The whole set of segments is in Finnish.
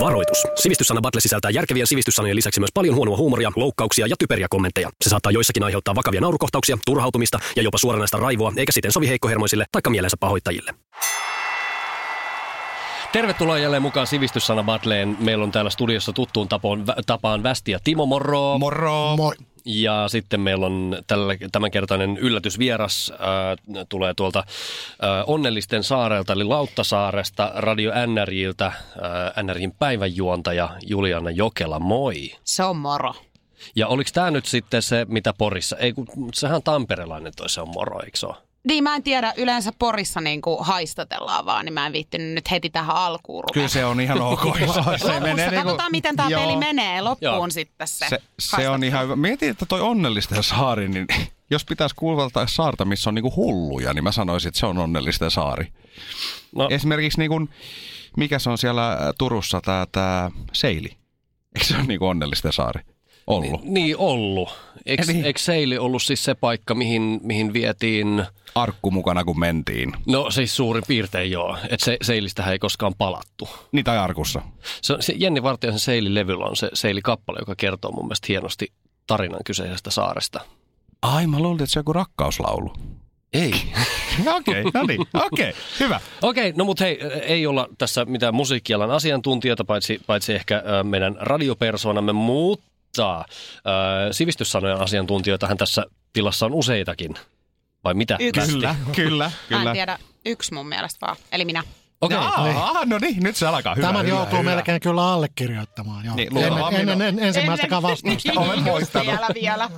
Varoitus. Sivistyssana Battle sisältää järkevien sivistyssanojen lisäksi myös paljon huonoa huumoria, loukkauksia ja typeriä kommentteja. Se saattaa joissakin aiheuttaa vakavia naurukohtauksia, turhautumista ja jopa suoranaista raivoa, eikä siten sovi heikkohermoisille tai mielensä pahoittajille. Tervetuloa jälleen mukaan Sivistyssana Battleen. Meillä on täällä studiossa tuttuun tapoon, vä- tapaan Västi ja Timo Morro. Moro! Moi. Ja sitten meillä on tällä, tämänkertainen yllätysvieras, äh, tulee tuolta äh, Onnellisten saarelta, eli Lauttasaaresta, Radio NRJiltä, äh, NRJin päivänjuontaja Juliana Jokela, moi. Se on moro. Ja oliko tämä nyt sitten se, mitä Porissa, ei kun sehän on tamperelainen toi, se on moro, eikö se ole? Niin mä en tiedä, yleensä Porissa niin kuin haistatellaan vaan, niin mä en viittinyt nyt heti tähän alkuun ruveta. Kyllä se niinku- on ihan ok. Lopussa katsotaan, miten tämä peli menee loppuun Joo. sitten se. Se, se on haistattelu. ihan hyvä. Mietin, että toi onnellisten saari, niin jos pitäisi kuulata saarta, missä on niinku hulluja, niin mä sanoisin, että se on onnellisten saari. No, Esimerkiksi niinku, mikä se on siellä ä, Turussa, tää, tää Seili. Eikö se ole niinku onnellisten saari? Ollut. niin ollut. Eikö, Eli- eikö Seili ollut siis se paikka, mihin, mihin vietiin, Arkku mukana, kun mentiin. no siis suurin piirtein joo, että se, Seilistähän ei koskaan palattu. Niin, tai Arkussa. Se, on- se Jenni Vartiaisen Seili-levyllä on se Seili-kappale, joka kertoo mun mielestä hienosti tarinan kyseisestä saaresta. Ai, mä luulin, että se on joku rakkauslaulu. Ei. Okei, okay, no niin, okei, okay, hyvä. Okei, okay, no mutta hei, ei olla tässä mitään musiikkialan asiantuntijoita, paitsi, paitsi ehkä ö, meidän radiopersonamme, mutta äh, sivistyssanojen asiantuntijoitahan tässä tilassa on useitakin. Vai mitä? Yksi. Kyllä, kyllä, Mä en kyllä. tiedä, yksi mun mielestä vaan, eli minä. Okei, okay. Jaa, no niin, nyt se alkaa. Hyvä, Tämän hyvä, joutuu hyvä. melkein kyllä allekirjoittamaan. Joo. Niin, luulen vaan ennen, ennen, minä. ennen ensimmäistäkään vastausta. Olen Just voittanut. Vielä, vielä.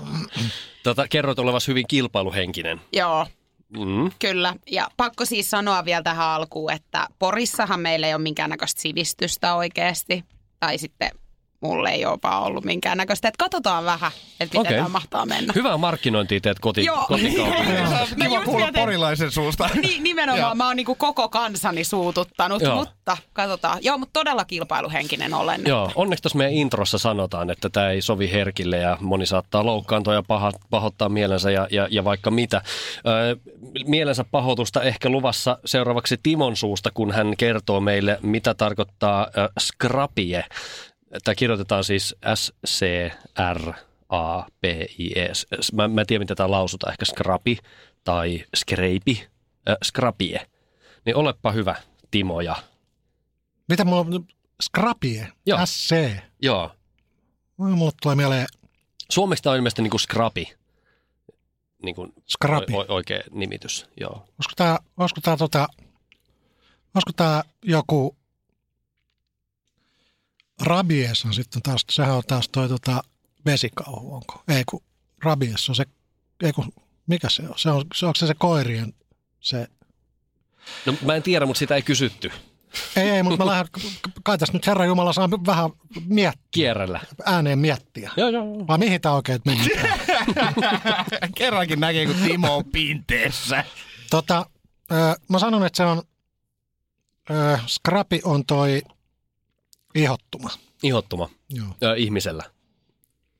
tota, kerroit olevasi hyvin kilpailuhenkinen. Joo, Mm. Kyllä, ja pakko siis sanoa vielä tähän alkuun, että Porissahan meillä ei ole minkäännäköistä sivistystä oikeasti. Tai sitten mulle ei ole vaan ollut minkäännäköistä. Että katsotaan vähän, että miten Okei. okay. tämä mahtaa mennä. Hyvää markkinointia teet koti, No. Joo. kotikaupungissa. Mä Kiva just kuulla mietin- porilaisen suusta. Niin, nimenomaan. Mä oon niinku koko kansani suututtanut, Joo. Joo. mutta katsotaan. Joo, mutta todella kilpailuhenkinen olen. Joo. Joo, onneksi tuossa meidän introssa sanotaan, että tämä ei sovi herkille ja moni saattaa loukkaantua ja paha, pahoittaa mielensä ja, ja, ja vaikka mitä. Öö, mielensä pahoitusta ehkä luvassa seuraavaksi Timon suusta, kun hän kertoo meille, mitä tarkoittaa ö, skrapie. Tämä kirjoitetaan siis S-C-R. A, P, I, E. S- s- Mä, mä en tiedä, mitä tämä lausutaan. Ehkä skrapi tai skreipi, äh, skrapie. Niin olepa hyvä, Timo. Ja, Mitä mulla on? Scrapie. Joo. SC. joo, Oi, Mulle tulee mieleen Suomeksi tämä on ilmeisesti niin kuin skrapi. Niin kuin Scrapi. O- o- oikea nimitys, joo. Olisiko tää, olisiko tää, tota, olisiko tää joku rabies on sitten taas, sehän on taas toi tota, vesikauhu, onko? Ei kun rabies on se, ei kun, mikä se on? Se on, se, onko se se koirien se? No mä en tiedä, mutta sitä ei kysytty. Ei, ei, mutta mä lähden, kai tässä nyt Herra Jumala saa vähän miet, Kierrellä. ääneen miettiä. Joo, joo, joo. Vai mihin tämä oikein meni? Kerrankin näkee, kun Timo on pinteessä. Tota, ö, mä sanon, että se on, ö, skrapi on toi ihottuma. Ihottuma Joo. ö, ihmisellä.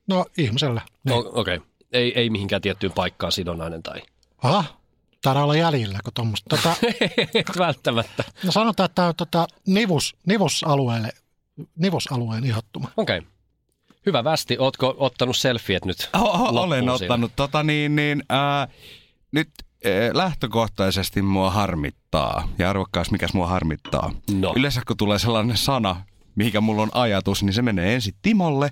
No ihmisellä. O- Okei. Okay. Ei, ei mihinkään tiettyyn paikkaan sidonainen tai... Aha, täällä olla jäljellä, kun tuommoista. Tota, Välttämättä. no sanotaan, että tämä on tota, nivus, nivusalueelle, nivusalueen ihottuma. Okei. Okay. Hyvä Västi, ootko ottanut selfiet nyt? Oho, loppuun olen siinä? ottanut tota niin, niin ää, nyt ää, lähtökohtaisesti mua harmittaa. Ja arvokkaas, mikäs mua harmittaa. No. Yleensä kun tulee sellainen sana, mihinkä mulla on ajatus, niin se menee ensin Timolle.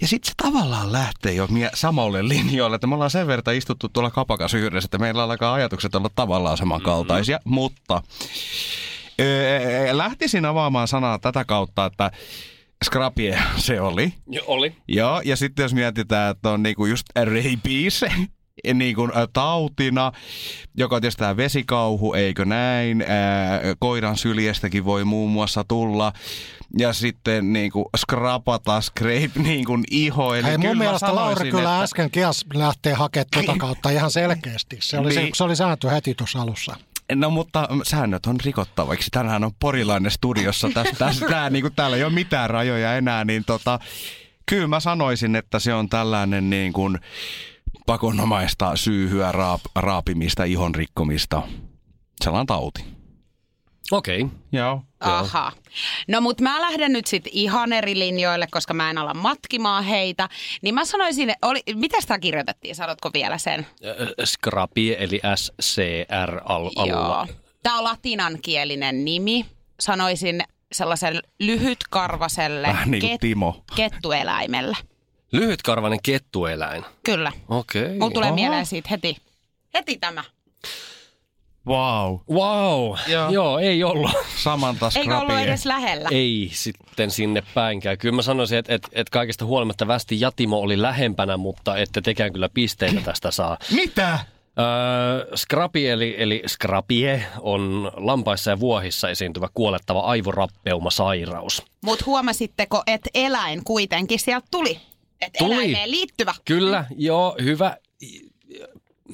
Ja sitten se tavallaan lähtee jo mie- samalle linjoille, että me ollaan sen verran istuttu tuolla kapakas yhdessä, että meillä alkaa ajatukset olla tavallaan samankaltaisia. Mm-hmm. Mutta öö, lähtisin avaamaan sanaa tätä kautta, että Scrapie se oli. Joo, oli. Joo, ja sitten jos mietitään, että on niinku just rabies, niinku ä, tautina, joka on tietysti tämä vesikauhu, eikö näin, ää, koiran syljestäkin voi muun muassa tulla, ja sitten niinku skrapata, scrape niinku iho, eli Hei, kyllä mun mä mielestä Lauri sanoisin, kyllä että- äsken kias lähtee hakemaan tuota kautta ihan selkeästi. Se oli, se, Niin. se oli sääntö heti tuossa alussa. No mutta säännöt on rikottavaksi. Tänään on porilainen studiossa. Tästä, tästä, tää, niin kuin, täällä ei ole mitään rajoja enää, niin tota, kyllä mä sanoisin, että se on tällainen niin kuin, pakonomaista syyhyä, raap, raapimista, ihon rikkomista. Sellainen tauti. Okei. Okay. Joo. Aha. No mut mä lähden nyt sit ihan eri linjoille, koska mä en ala matkimaan heitä. Niin mä sanoisin, oli, mitä sitä kirjoitettiin? Sanotko vielä sen? Ö, Scrapi, eli No, SCR-alulla. Tämä on latinankielinen nimi. Sanoisin sellaisen lyhytkarvaselle Vähän niin kuin Timo. kettueläimellä. Lyhytkarvainen kettueläin. Kyllä. Okei. Mulla tulee Aha. mieleen siitä heti. Heti tämä. Wow. Wow. Joo. Joo, ei ollut. Samanta Eikä ollut skrapie. edes lähellä. Ei sitten sinne päinkään. Kyllä mä sanoisin, että, että, että kaikesta huolimatta Västi Jatimo oli lähempänä, mutta ette tekään kyllä pisteitä tästä saa. Mitä? Öö, skrapi eli, eli skrapie on lampaissa ja vuohissa esiintyvä kuolettava aivorappeumasairaus. Mutta huomasitteko, että eläin kuitenkin sieltä tuli. Että Tuli. eläimeen liittyvä. Kyllä, joo, hyvä.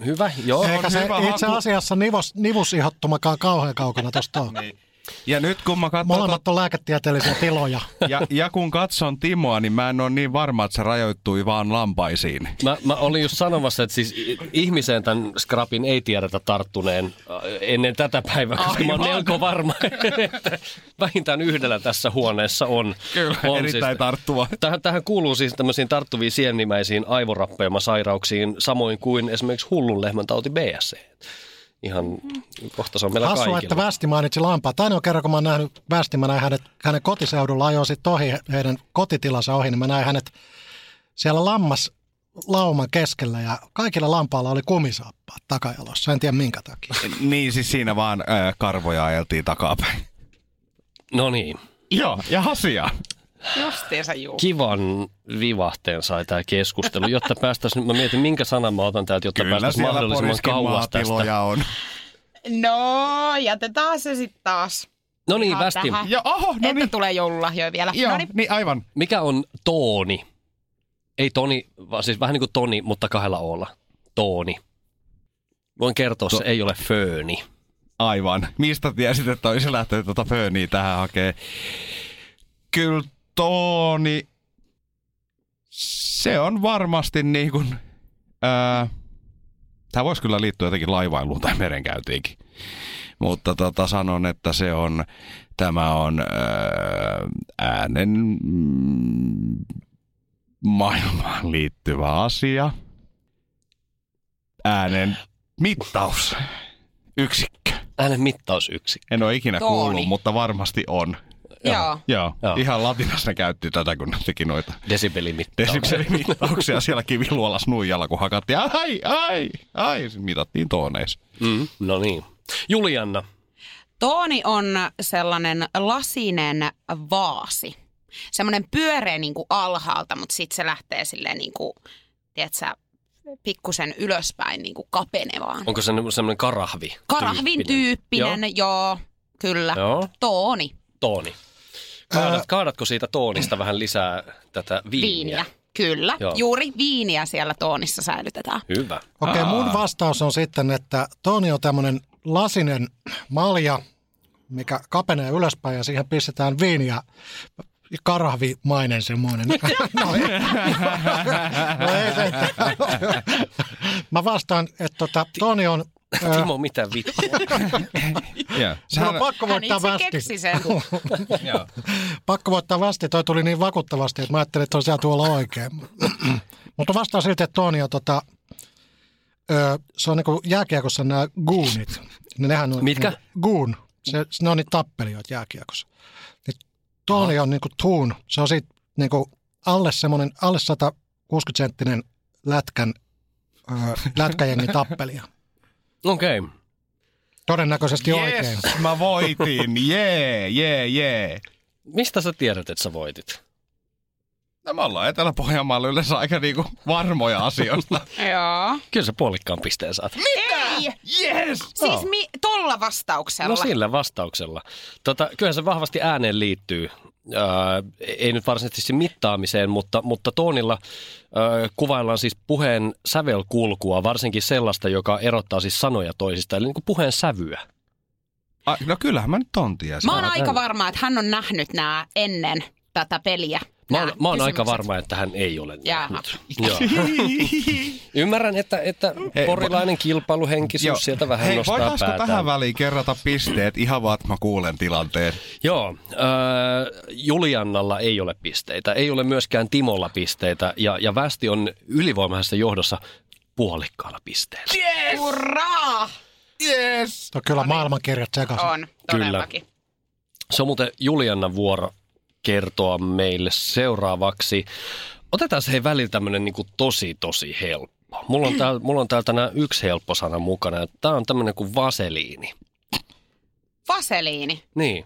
Hyvä, joo. Se- Eikä on se hyvä itse haku. asiassa nivos, nivusihottumakaan kauhean kaukana tuosta on. Niin. Ja nyt kun mä katson, tota- Molemmat on lääketieteellisiä tiloja. ja, ja kun katson Timoa, niin mä en ole niin varma, että se rajoittui vaan lampaisiin. Mä, mä olin just sanomassa, että siis i- ihmiseen tämän skrapin ei tiedetä tarttuneen äh, ennen tätä päivää, koska mä oon Aivan. melko varma, että vähintään yhdellä tässä huoneessa on. Kyllä, on siis erittäin tarttuva. Tähän, tähän kuuluu siis tämmöisiin tarttuviin siennimäisiin aivorappeuma-sairauksiin, samoin kuin esimerkiksi hullun lehmän tauti BSC. Ihan kohta se on meillä Hassua, kaikilla. että Västi mainitsi lampaat. Ainoa kerran, kun mä oon nähnyt Västi, mä näin hänet, hänen kotiseudulla ajoin sit ohi, heidän kotitilansa ohi, niin mä näin hänet siellä lammas lauman keskellä ja kaikilla lampaalla oli kumisaappaat takajalossa. En tiedä minkä takia. Niin siis siinä vaan äh, karvoja ajeltiin takapäin. No niin, Joo, ja asiaan. Justiinsa juu. kivan vivahteen sai tämä keskustelu, jotta päästäisiin, mä mietin minkä sanan mä otan täältä, jotta Kyllä päästäisiin siellä mahdollisimman Poriskin kauas tästä. maatiloja on. No, jätetään se sitten taas. No niin, Ihan Västi, tähän. Ja oho, No no että no niin. niin. tulee joululahjoja vielä. Joo, Noniin. niin aivan. Mikä on tooni? Ei toni, vaan siis vähän niin kuin toni, mutta kahdella olla. Tooni. Voin kertoa, To- se ei ole fööni. Aivan. Mistä tiesit, että olisi lähtenyt tuota pööniä tähän hakee? Kyllä Tooni, se on varmasti niin kuin, ää, tämä voisi kyllä liittyä jotenkin laivailuun tai merenkäyntiinkin. Mutta tota, sanon, että se on, tämä on ää, äänen mm, maailmaan liittyvä asia. Äänen mittaus. Yksikkö. Äänen mittausyksikkö. En ole ikinä Tooni. kuullut, mutta varmasti on. Joo. Joo. Joo. Joo. Ihan latinassa ne käytti tätä, kun ne teki noita Desibelimittaus. desykselimittauksia siellä kiviluolas nuijalla, kun hakattiin. Ai, ai, ai. Mitattiin tooneissa. Mm, no niin. Julianna. Tooni on sellainen lasinen vaasi. Semmoinen pyöreä niin kuin alhaalta, mutta sitten se lähtee silleen niin kuin, tiedätkö, pikkusen ylöspäin niin kuin kapenevaan. Onko se semmoinen karahvi? Karahvin tyyppinen, joo, joo kyllä. Joo. Joo, Tooni, tooni. Ää, Kaadat, kaadatko siitä toonista vähän lisää tätä viiniä? viiniä. Kyllä, Joo. joo. juuri viiniä siellä toonissa säilytetään. Hyvä. Okei, okay, mun Aa. vastaus on sitten, että Toni on tämmöinen lasinen malja, mikä kapenee ylöspäin ja siihen pistetään viiniä. Karahvimainen semmoinen. no, ei, no, ei se. Mä vastaan, että tota, Toni on... Ö, Timo, mitä vittua? Joo. Sehän on pakko Hän voittaa itse västi. keksi sen. Joo. Pakko voittaa västi. Toi tuli niin vakuuttavasti, että mä ajattelin, että on siellä tuolla oikein. Mutta vastaan silti, että Toni on tota, ö, se on niinku jääkiekossa nämä goonit. Niin nehän on, Mitkä? Niinku, goon. Se, se- ne on niitä tappelijoita jääkiekossa. Niin Toni on niinku tuun. Se on siitä niinku alle semmoinen, alle 160 senttinen lätkän, ö, lätkäjengi tappelia. Okei. Okay. Todennäköisesti oikein. Yes, mä voitin. Jee, jee, jee. Mistä sä tiedät, että sä voitit? No me ollaan Etelä-Pohjanmaalla yleensä aika niinku varmoja asioista. joo. Kyllä sä puolikkaan pisteen saat. Ei, Yes! siis mi- tolla vastauksella. No sillä vastauksella. Tota, kyllähän se vahvasti ääneen liittyy. Öö, ei nyt varsinaisesti mittaamiseen, mutta, mutta toonilla öö, kuvaillaan siis puheen sävelkulkua, varsinkin sellaista, joka erottaa siis sanoja toisista, eli niin kuin puheen sävyä. Ai, no kyllähän mä nyt on tiesin. Mä oon Joo, aika kyllä. varma, että hän on nähnyt nämä ennen tätä peliä. Mä oon, mä oon aika kysymykset. varma, että hän ei ole näin Jaaha. nyt. Joo. Ymmärrän, että, että Hei, porilainen kilpailuhenkisyys Joo. sieltä vähän Hei, nostaa voitaisko päätään. tähän väliin kerrata pisteet ihan vaan, että mä kuulen tilanteen? Joo, äh, Juliannalla ei ole pisteitä, ei ole myöskään Timolla pisteitä ja, ja Västi on ylivoimaisessa johdossa puolikkaalla pisteellä. Hurraa! Yes. on kyllä maailmankirjat sekaisin. On, todellakin. Se on muuten Juliannan vuoro kertoa meille seuraavaksi. Otetaan se välillä tämmöinen niin tosi tosi helppo. Mulla on, täällä, mulla on täällä tänään yksi helppo sana mukana. Tämä on tämmöinen kuin vaseliini. Vaseliini. Niin.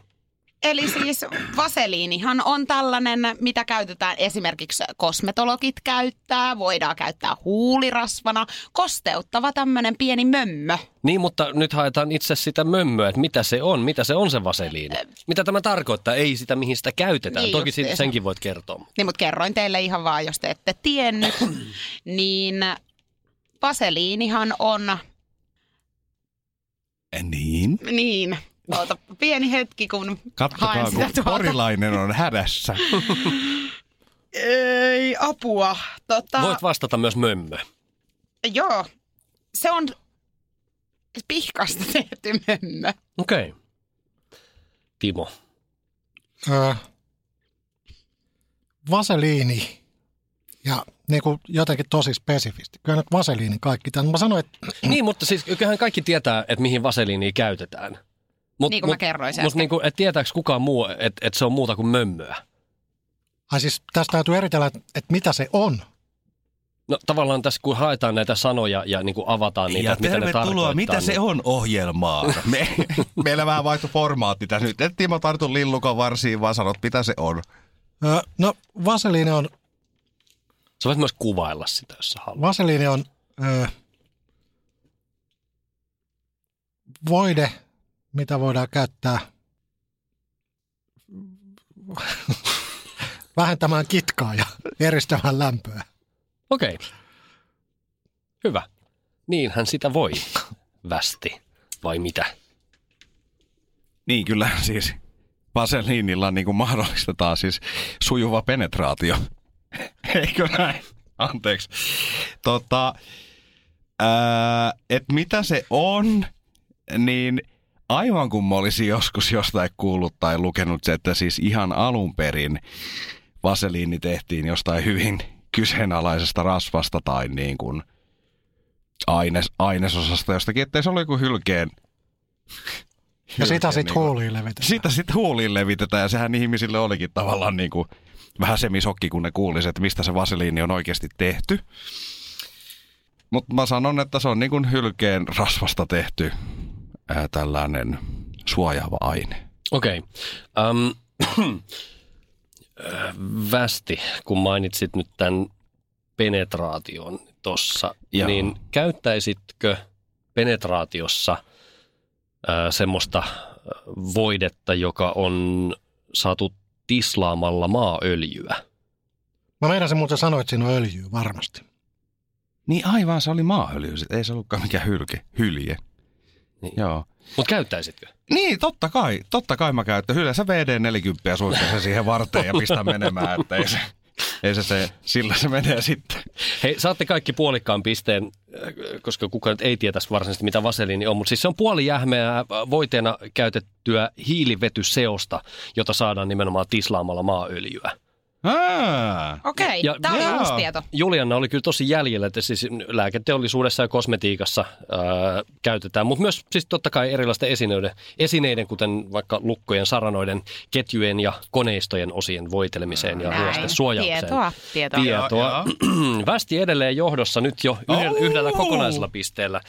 Eli siis vaseliinihan on tällainen, mitä käytetään esimerkiksi kosmetologit käyttää, voidaan käyttää huulirasvana, kosteuttava tämmöinen pieni mömmö. Niin, mutta nyt haetaan itse sitä mömmöä, että mitä se on, mitä se on se vaseliini. Mitä tämä tarkoittaa, ei sitä mihin sitä käytetään. Äh, Niin Toki justiinsa. sit- senkin voit kertoa. Niin, mutta kerroin teille ihan vaan, jos te ette tiennyt, niin vaseliinihan on, Niin. niin, oota, pieni hetki, kun Kattokaa, haen sitä kun tuolta. porilainen on hädässä. Ei, apua. Tota, Voit vastata myös mömmö. Joo, se on pihkasta tehty mömmö. Okei. Okay. Timo. Öö, vaseliini. Ja niin kuin jotenkin tosi spesifisti. Kyllä nyt vaseliini kaikki. Tämän. Mä sanoin, että Mm. Niin, mutta siis kyllähän kaikki tietää, että mihin vaseliiniä käytetään. Mut, Niin kuin mä kerroin sen Mutta niin kuin, et tietääkö kukaan muu, että et se on muuta kuin mömmöä? ai siis tästä täytyy eritellä, että, että mitä se on. No tavallaan tässä kun haetaan näitä sanoja ja niin kuin avataan niitä, että mitä ne tarkoittaa. niin- on ohjelmaa? Me, meillä vähän vaihtui formaatti tässä nyt. Et Timo tartu lillukan varsiin, vaan sanot, mitä se on. Öö, no vaseliini on, Sä voit myös kuvailla sitä, jos sä haluat. vaseliini on öö, voide, mitä voidaan käyttää vähentämään kitkaa ja eristämään lämpöä. Okei. Hyvä. Niinhän sitä voi. Västi. Vai mitä? Niin kyllä siis. Vaseliinilla niin kuin mahdollistetaan siis sujuva penetraatio. Eikö näin? Anteeksi. Tota, ää, et mitä se on, niin aivan kun mä olisin joskus jostain kuullut tai lukenut se, että siis ihan alun perin vaseliini tehtiin jostain hyvin kyseenalaisesta rasvasta tai niin kuin aines, ainesosasta jostakin, ettei se ole joku hylkeen. Ja sitä hylkeen sitten niinku- huuliin levitetään. sitä sitten huuliin levitetään ja sehän ihmisille olikin tavallaan niin kuin vähän semisokki, kun ne kuulisi, että mistä se vaseliini on oikeasti tehty. Mutta mä sanon, että se on niin kuin hylkeen rasvasta tehty ää, tällainen suojaava aine. Okei. Um, äh, västi, kun mainitsit nyt tämän penetraation tuossa, Joo. niin käyttäisitkö penetraatiossa ö, semmoista ö, voidetta, joka on saatu tislaamalla maaöljyä? Mä meidän se muuten sanoit, että siinä on öljyä varmasti. Niin aivan, se oli maaöljy, sit. ei se ollutkaan mikään hylke, hylje. Niin. Joo. Mutta käyttäisitkö? Niin, totta kai, totta kai mä käytän. Yleensä VD40 suihkan se siihen varteen ja pistän menemään, että ei se, ei se, se sillä se menee sitten. Hei, saatte kaikki puolikkaan pisteen, äh, koska kukaan nyt ei tietäisi varsinaisesti, mitä vaseliini on, mutta siis se on puoli jähmeää äh, voiteena käytettyä hiilivetyseosta, jota saadaan nimenomaan tislaamalla maaöljyä. Aa. Okei, Ja- okay, tämä jaa. oli uusi tieto. Julianna oli kyllä tosi jäljellä, että siis lääketeollisuudessa ja kosmetiikassa ää, käytetään, mutta myös siis totta kai erilaisten esineiden, esineiden, kuten vaikka lukkojen, saranoiden, ketjujen ja koneistojen osien voitelemiseen ja ruosten suojaamiseen. Tietoa, tietoa. tietoa. Västi edelleen johdossa nyt jo yhdellä, Ouh! yhdellä kokonaisella pisteellä.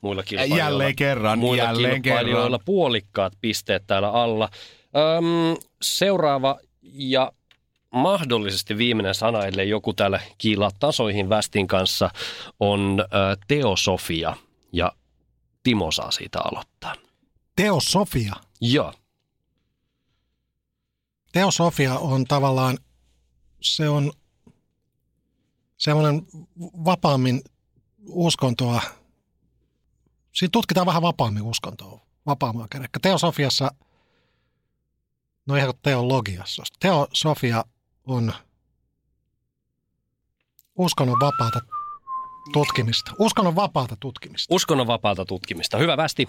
Muilla kilpailijoilla, Oh. Jälleen kerran, muilla jälleen kilpailijoilla kerran. puolikkaat pisteet täällä alla. Öm, seuraava ja mahdollisesti viimeinen sana, ellei joku täällä kiilaa tasoihin Västin kanssa, on ö, teosofia. Ja Timo saa siitä aloittaa. Teosofia. Joo. Teosofia on tavallaan, se on semmoinen vapaammin uskontoa, siinä tutkitaan vähän vapaammin uskontoa, vapaamaa kädekkä. Teosofiassa, no ihan kuin teologiassa, teosofia on uskonnon vapaata tutkimista. Uskonnon vapaata tutkimista. Uskonnon vapaata tutkimista. Hyvä västi.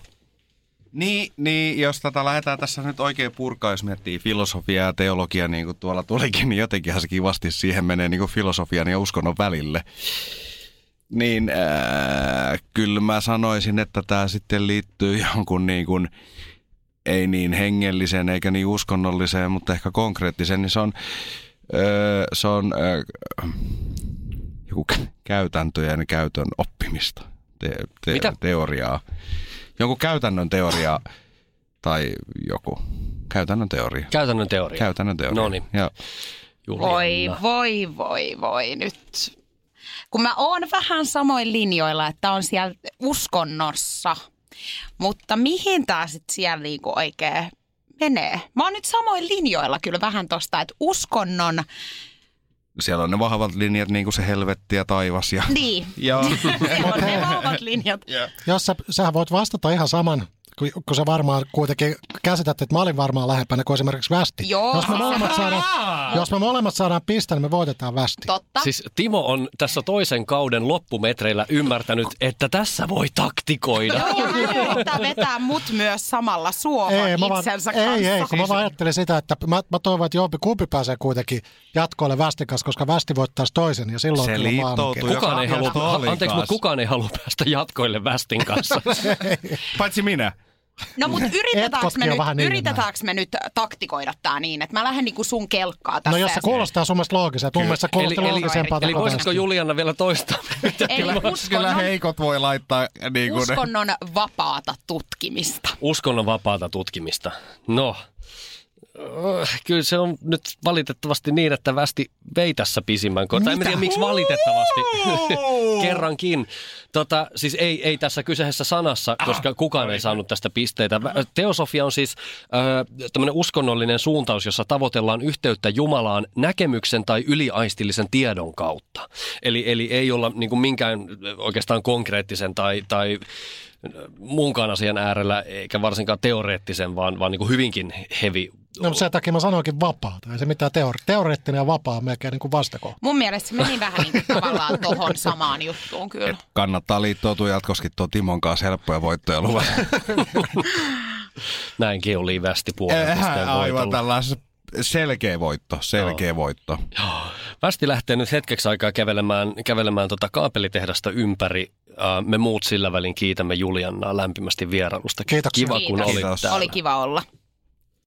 Niin, niin, jos tätä lähdetään tässä nyt oikein purkaa, jos miettii filosofiaa ja teologiaa, niin kuin tuolla tulikin, niin jotenkinhan se kivasti siihen menee niin kuin filosofian ja uskonnon välille. Niin äh, kyllä mä sanoisin, että tämä sitten liittyy jonkun niin kuin, ei niin hengelliseen eikä niin uskonnolliseen, mutta ehkä konkreettiseen, niin se on, öö, se on öö, joku kä- käytäntöjen käytön oppimista, te- te- Mitä? teoriaa. Jonkun käytännön teoriaa tai joku käytännön teoria. Käytännön teoria. Käytännön teoria. Noniin. Ja, Voi, Julianna. voi, voi, voi nyt. Kun mä oon vähän samoin linjoilla, että on siellä uskonnossa, mutta mihin tää sit siellä niinku oikein menee? Mä oon nyt samoin linjoilla kyllä vähän tosta, että uskonnon, siellä on ne vahvat linjat, niin kuin se helvetti ja taivas. Ja, niin, ja siellä on ne vahvat linjat. Jos sä, sähän voit vastata ihan saman, kun, kun sä varmaan kuitenkin käsität, että mä olin varmaan lähempänä kuin esimerkiksi västi. Joo, Jos me siis- molemmat saadaan, jos me molemmat saadaan piste, niin me voitetaan västi. Totta. Siis Timo on tässä toisen kauden loppumetreillä ymmärtänyt, että tässä voi taktikoida. Joo, ja hän yrittää vetää mut myös samalla suohon mä vaan, itsensä ei, kanssa. ei, kun mä vaan ajattelin sitä, että mä, mä toivon, että jompi kumpi pääsee kuitenkin jatkoille västin kanssa, koska västi voittaisi toisen ja silloin se kyllä mä oon oikein. liittoutuu. Kukaan joka ei asiasta halua, olikaan. anteeksi, mutta kukaan ei halua päästä jatkoille västin kanssa. Paitsi minä. No mutta yritetäänkö Etkotkin me, on nyt, vähän niin yritetäänkö me nyt taktikoida tää niin, että mä lähden niinku sun kelkkaa tässä. No jos se kuulostaa sun mielestä loogiselta, mun mielestä se eli, kuulosti eli, loogisempaa. eli kuin voisitko västi. Juliana vielä toistaa? mitä Eli Timo- Kyllä uskonnon, heikot voi laittaa niin kuin uskonnon vapaata tutkimista. Uskonnon vapaata tutkimista. No, Öh, kyllä se on nyt valitettavasti niin, että västi vei tässä pisimmän kohta. En mä tiedä, miksi valitettavasti. Kerrankin. Tota, siis ei, ei tässä kyseisessä sanassa, koska kukaan ei saanut tästä pisteitä. Vä- Teosofia on siis äh, tämmöinen uskonnollinen suuntaus, jossa tavoitellaan yhteyttä Jumalaan näkemyksen tai yliaistillisen tiedon kautta. Eli, eli ei olla niin kuin minkään äh, oikeastaan konkreettisen tai, tai äh, muunkaan asian äärellä, eikä varsinkaan teoreettisen, vaan, vaan niin kuin hyvinkin hevi No, mutta sen takia mä sanoinkin vapaata. Ei se mitään teori- teoreettinen ja vapaa on melkein niin kuin vastakohta. Mun mielestä se meni vähän niinku tavallaan tohon samaan juttuun kyllä. Kannattaa liittoutua jatkoskin tuon Timon kanssa helppoja voittoja luvassa. Näinkin oli västi puolen pisteen Äh, aivan voitolla. tällaisen selkeä voitto, selkeä voitto. Västi lähtee nyt hetkeksi aikaa kävelemään, kävelemään tota kaapelitehdasta ympäri. Äh, Me muut sillä välin kiitämme Juliannaa lämpimästi vierailusta. Kiitoksia. Kiva, kun Kiitos. olit Kiitos. täällä. Oli kiva olla.